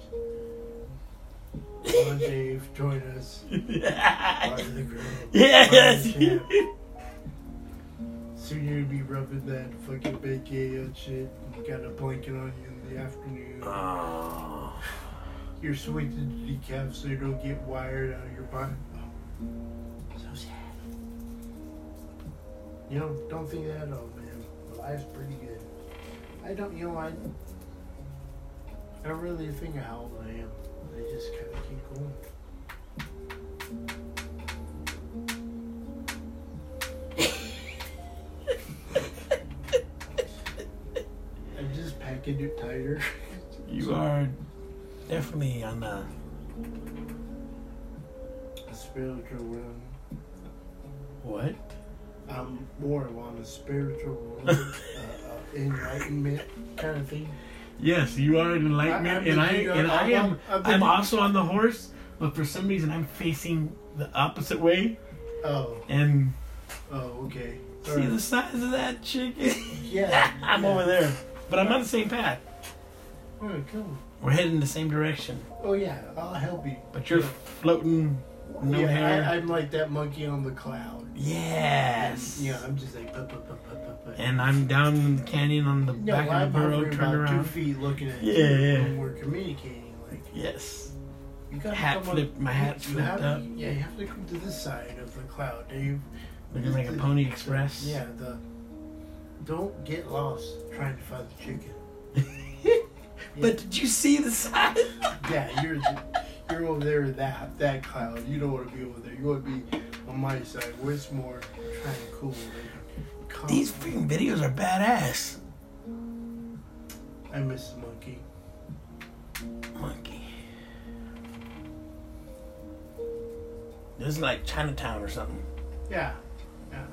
Come on, Dave, join us. Part of the crew. part of yes. the ship. Soon you'll be rubbing that fucking bacon shit. You got a blanket on you in the afternoon. Uh, Oh, You're switching to decaf so you don't get wired out of your body. Oh, so sad. You know, don't think that old man. Life's pretty good. I don't, you know, I, I don't really think of how old I am. I just kind of keep going. I'm just packing it tighter. you are definitely on the. A spiritual realm. What? I'm more of on a spiritual realm, uh, uh, enlightenment kind of thing. Yes, you are an I- enlightenment, I'm and I thinking of- and I I'm- am. I'm I'm thinking- also on the horse, but for some reason I'm facing the opposite way, Oh, and oh, okay. See the Alright. size of that chicken? Yeah, I'm yeah. over there, but I'm on the same path. Alright, cool. We're heading the same direction, Oh yeah, I'll help you. but you're floating, no yeah, hair. I, I'm like that monkey on the cloud. yes. Yeah, I'm just like. pa- pa- pa- pa- pa- pa. And I'm down in the canyon on the no, back I'm of the burrow, hovering turned about two around. feet looking at Yeah, you yeah. when we're communicating. Like Yes. you got Hat flipped- my hat's you have flipped up. To, yeah, you have to come to this side of the cloud, Dave. Looking like a Pony Express. Yeah, the don't get lost trying to find the chicken. But did you see the size? Yeah, you're you're over there in that that cloud. You don't want to be over there. You want to be on my side. where it's more kind of cool. and calm. These freaking videos are badass. I miss the monkey. Monkey. This is like Chinatown or something. Yeah, yeah.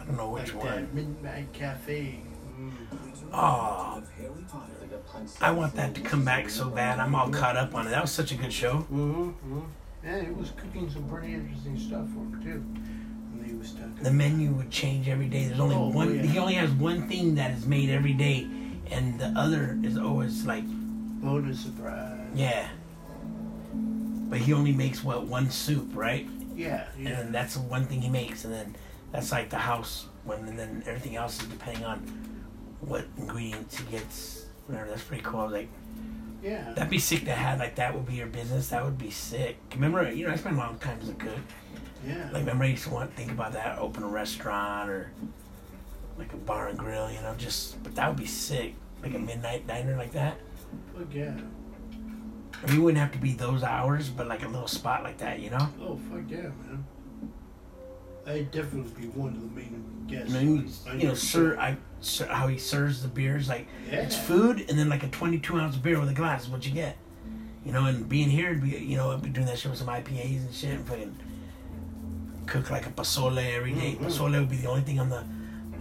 I don't know which like one. that midnight cafe. Mm. Oh, I want that to come back so bad. I'm all caught up on it. That was such a good show. hmm Yeah, it was cooking some pretty interesting stuff for him too. And he was stuck. The menu would change every day. There's only Oh, one. yeah. He only has one thing that is made every day, and the other is always like bonus surprise. Yeah. But he only makes what one soup, right? Yeah, And yeah. then that's the one thing he makes, and then that's like the house one, and then everything else is depending on what ingredients he gets. Whatever. That's pretty cool. I was like, yeah. that'd be sick to have. Like that would be your business. That would be sick. Remember, you know, I spent a long time as a cook. yeah. Like, remember, I used to want to think about that, open a restaurant or like a bar and grill. You know, just but that would be sick. Like a midnight diner like that. Fuck yeah. I mean, it wouldn't have to be those hours, but like a little spot like that. You know. Oh fuck yeah, man! I'd definitely be one of the main guests. And then he's, I you know, sir, I, sir, how he serves the beers, like Yeah. it's food, and then like a 22 ounce beer with a glass is what you get. You know, and being here, it'd be, you know, I'd be doing that shit with some IPAs and shit, and fucking cook like a pasole every day. Mhm. Pasole would be the only thing on the,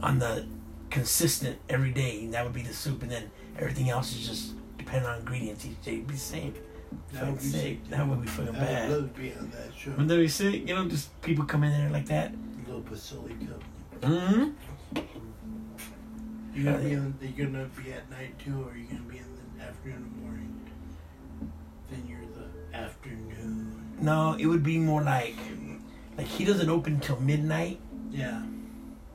on the consistent every day, and that would be the soup, and then everything else is just depending on ingredients each day. It'd be the same. That would be sick. That would be fucking I'd bad. Wouldn't love to be on that show. that be sick? You know, just people come in there like that. Little Basilica. Mm-hmm. You gonna be yeah. on? You gonna be at night too, or you gonna be in the afternoon or morning? Then you're the afternoon. No, it would be more like like he doesn't open till midnight, Yeah.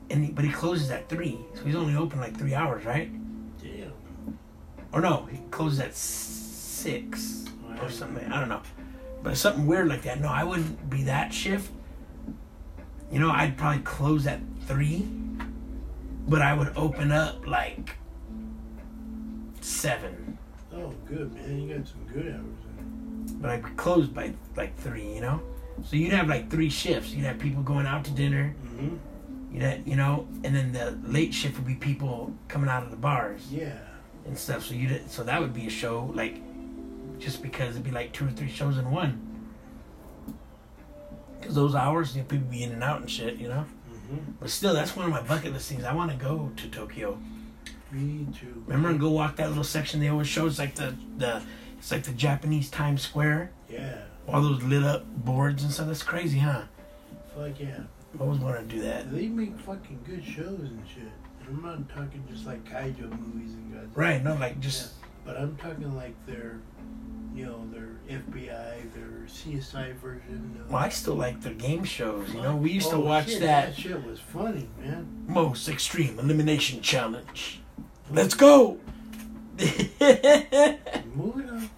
and he, but he closes at three, so he's only open like three hours, right? Damn. Or no, he closes at s- six Wow. or something. I don't know, but something weird like that. No, I wouldn't be that shift. You know, I'd probably close at three, but I would open up like seven. Oh, good man. You got some good hours. In. but I closed by like three, you know. So you'd have like three shifts. You'd have people going out to dinner, Mhm. you know, you know, and then the late shift would be people coming out of the bars Yeah. and stuff. So you did, so that would be a show like, just because it'd be like two or three shows in one. Because those hours, you know, people be in and out and shit, you know? But still, that's one of my bucket list things. I want to go to Tokyo. Me too. Remember and go walk that little section they always show? It's like the, the, it's like the Japanese Times Square. Yeah. All those lit up boards and stuff. That's crazy, huh? Fuck yeah. I always wanted to do that. They make fucking good shows and shit. And I'm not talking just like kaiju movies and guys. Right, no, like just, But I'm talking like their, you know, their FBI, their CSI version. Of well, I still like their game shows, you know? We used to Oh, watch shit, that. That shit was funny, man. most extreme elimination challenge. Let's go! yeah, Moving on.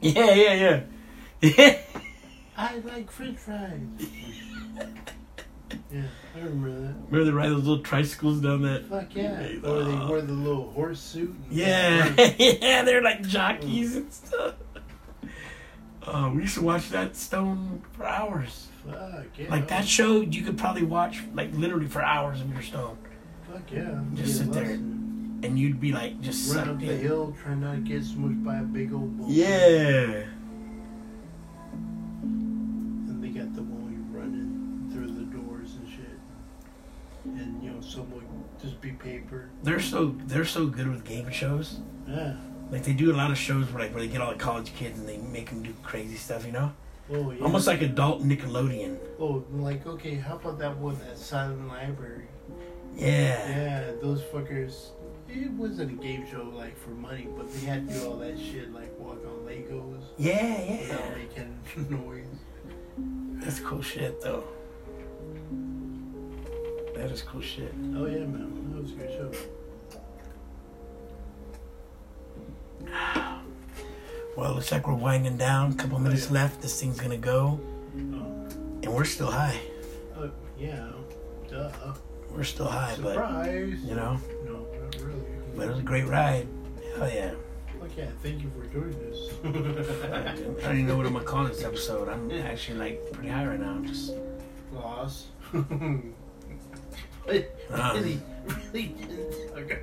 yeah, yeah. I like French fries. yeah, I remember that. Remember they ride those little tricycles down that? Fuck yeah. Hey, Or they uh, wore the little horse suit. and- Yeah, yeah, they're like jockeys and stuff. Uh, we used to watch that stone for hours. Fuck yeah. Like that show, you could probably watch like literally for hours of your stone, Fuck yeah. Just Get sit there lost and and and you'd be like just Run up sucked the in. hill, trying not to get smushed by a big old bull. Yeah. And they got the one you running through the doors and shit. And you know, some would just be paper. Ah, They're so they're so good with game shows. Yeah. Like they do a lot of shows where like where they get all the college kids and they make them do crazy stuff, you know? Oh yeah. Almost like adult Nickelodeon. Oh, like okay, how about that one that silent library? Yeah. Yeah, those fuckers. It wasn't a game show like for money, but they had to do all that shit like walk on Legos Yeah, without yeah. making noise. That's cool shit though. That is cool shit. Oh yeah, man, that was a good show. Well, it looks like we're winding down. A couple minutes left. This thing's gonna go. Oh, And we're still high. oh, yeah, duh. We're still high, but Surprise. you know, No, not but it really. was a great ride. Hell yeah. Okay, thank you for doing this. I don't even know what I'm gonna call this episode. I'm actually like pretty high right now. I'm just Loss. really, Um. really, didn't- okay.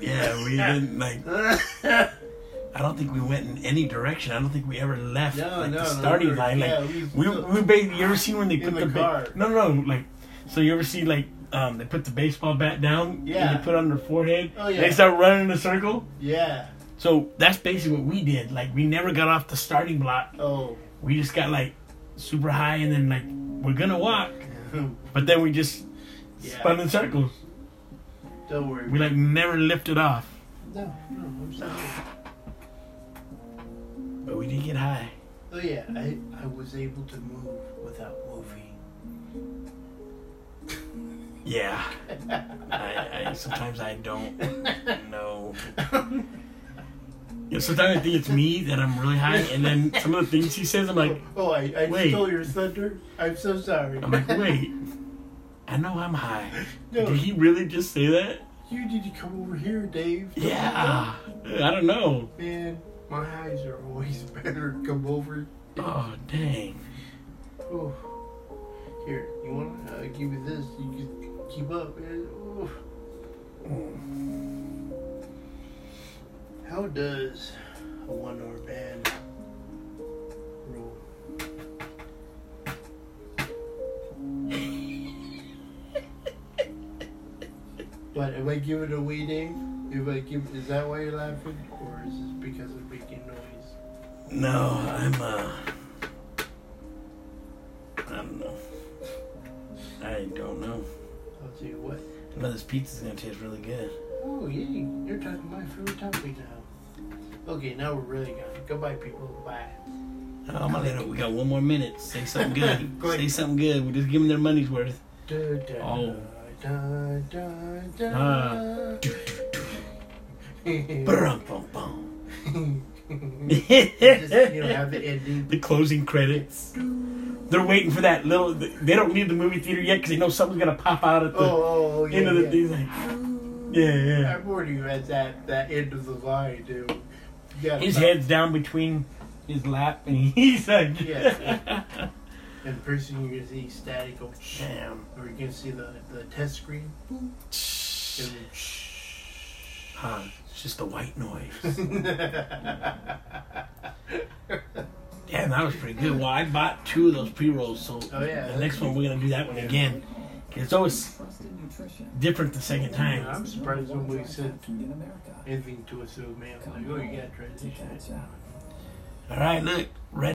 Yeah, we didn't like I don't think we went in any direction. I don't think we ever left No, like no, the no, starting we're- line. Like yeah, we we- we ba- you ever seen when they In put the the, ba- car. no no like so you ever see like um they put the baseball bat down Yeah. and they put it on their forehead Oh, yeah. they start running in a circle. yeah. So that's basically what we did. Like we never got off the starting block. Oh. We just got like super high and then like we're gonna walk, but then we just Yeah. spun in circles. Don't worry. We like never lifted off, No, no, I'm sorry. but we did get high. Oh yeah, I, I was able to move without moving. Yeah. I, I sometimes I don't know. Yeah, sometimes I think it's me that I'm really high, and then some of the things he says, I'm like, Oh, I, I Wait. stole your thunder. I'm so sorry. I'm like, wait, I know I'm high. No. Did he really just say that? You need to come over here, Dave. Yeah. I don't know. Man, my eyes are always better. Come over. Oh dang. Oh. Here, you want to uh, give you this? You can keep up, man. Oof. How does a one-hour band roll? What am I giving it a wee name? If I give, is that why you're laughing, or is it because I'm making noise? No, I'm uh. I don't know. I don't know. I'll tell you what. I know this pizza's gonna taste really good. Oh, yay. You're talking my favorite topic now. Okay, now we're really gone. Goodbye, people. Bye. Oh, my little, we got one more minute. Say something good. Go ahead. Say something good. We just give them their money's worth. Da, da, Oh. Da, da, da. Ah. Brum, bum, bum. Just, you know, the have the ending. closing credits. They're waiting for that little. They don't leave the movie theater yet because they know something's gonna pop out at the Oh, oh, oh yeah. end of the yeah. thing. Like, yeah, yeah. I've already read that, that end of the line, dude. You gotta His stop. head's down between his lap, and he's like, Yeah. And pretty soon you're going to see static go, shh. damn. Or you can see the, the test screen. And then, Huh? It's just the white noise. shh. Damn, that was pretty good. Well, I bought two of those pre rolls, so Oh, yeah. the next one we're gonna do that one again. 'Cause It's always different the second Yeah, time. I'm surprised nobody said anything to us, though, man. Like, oh, you gotta try this shit. All right, look, red.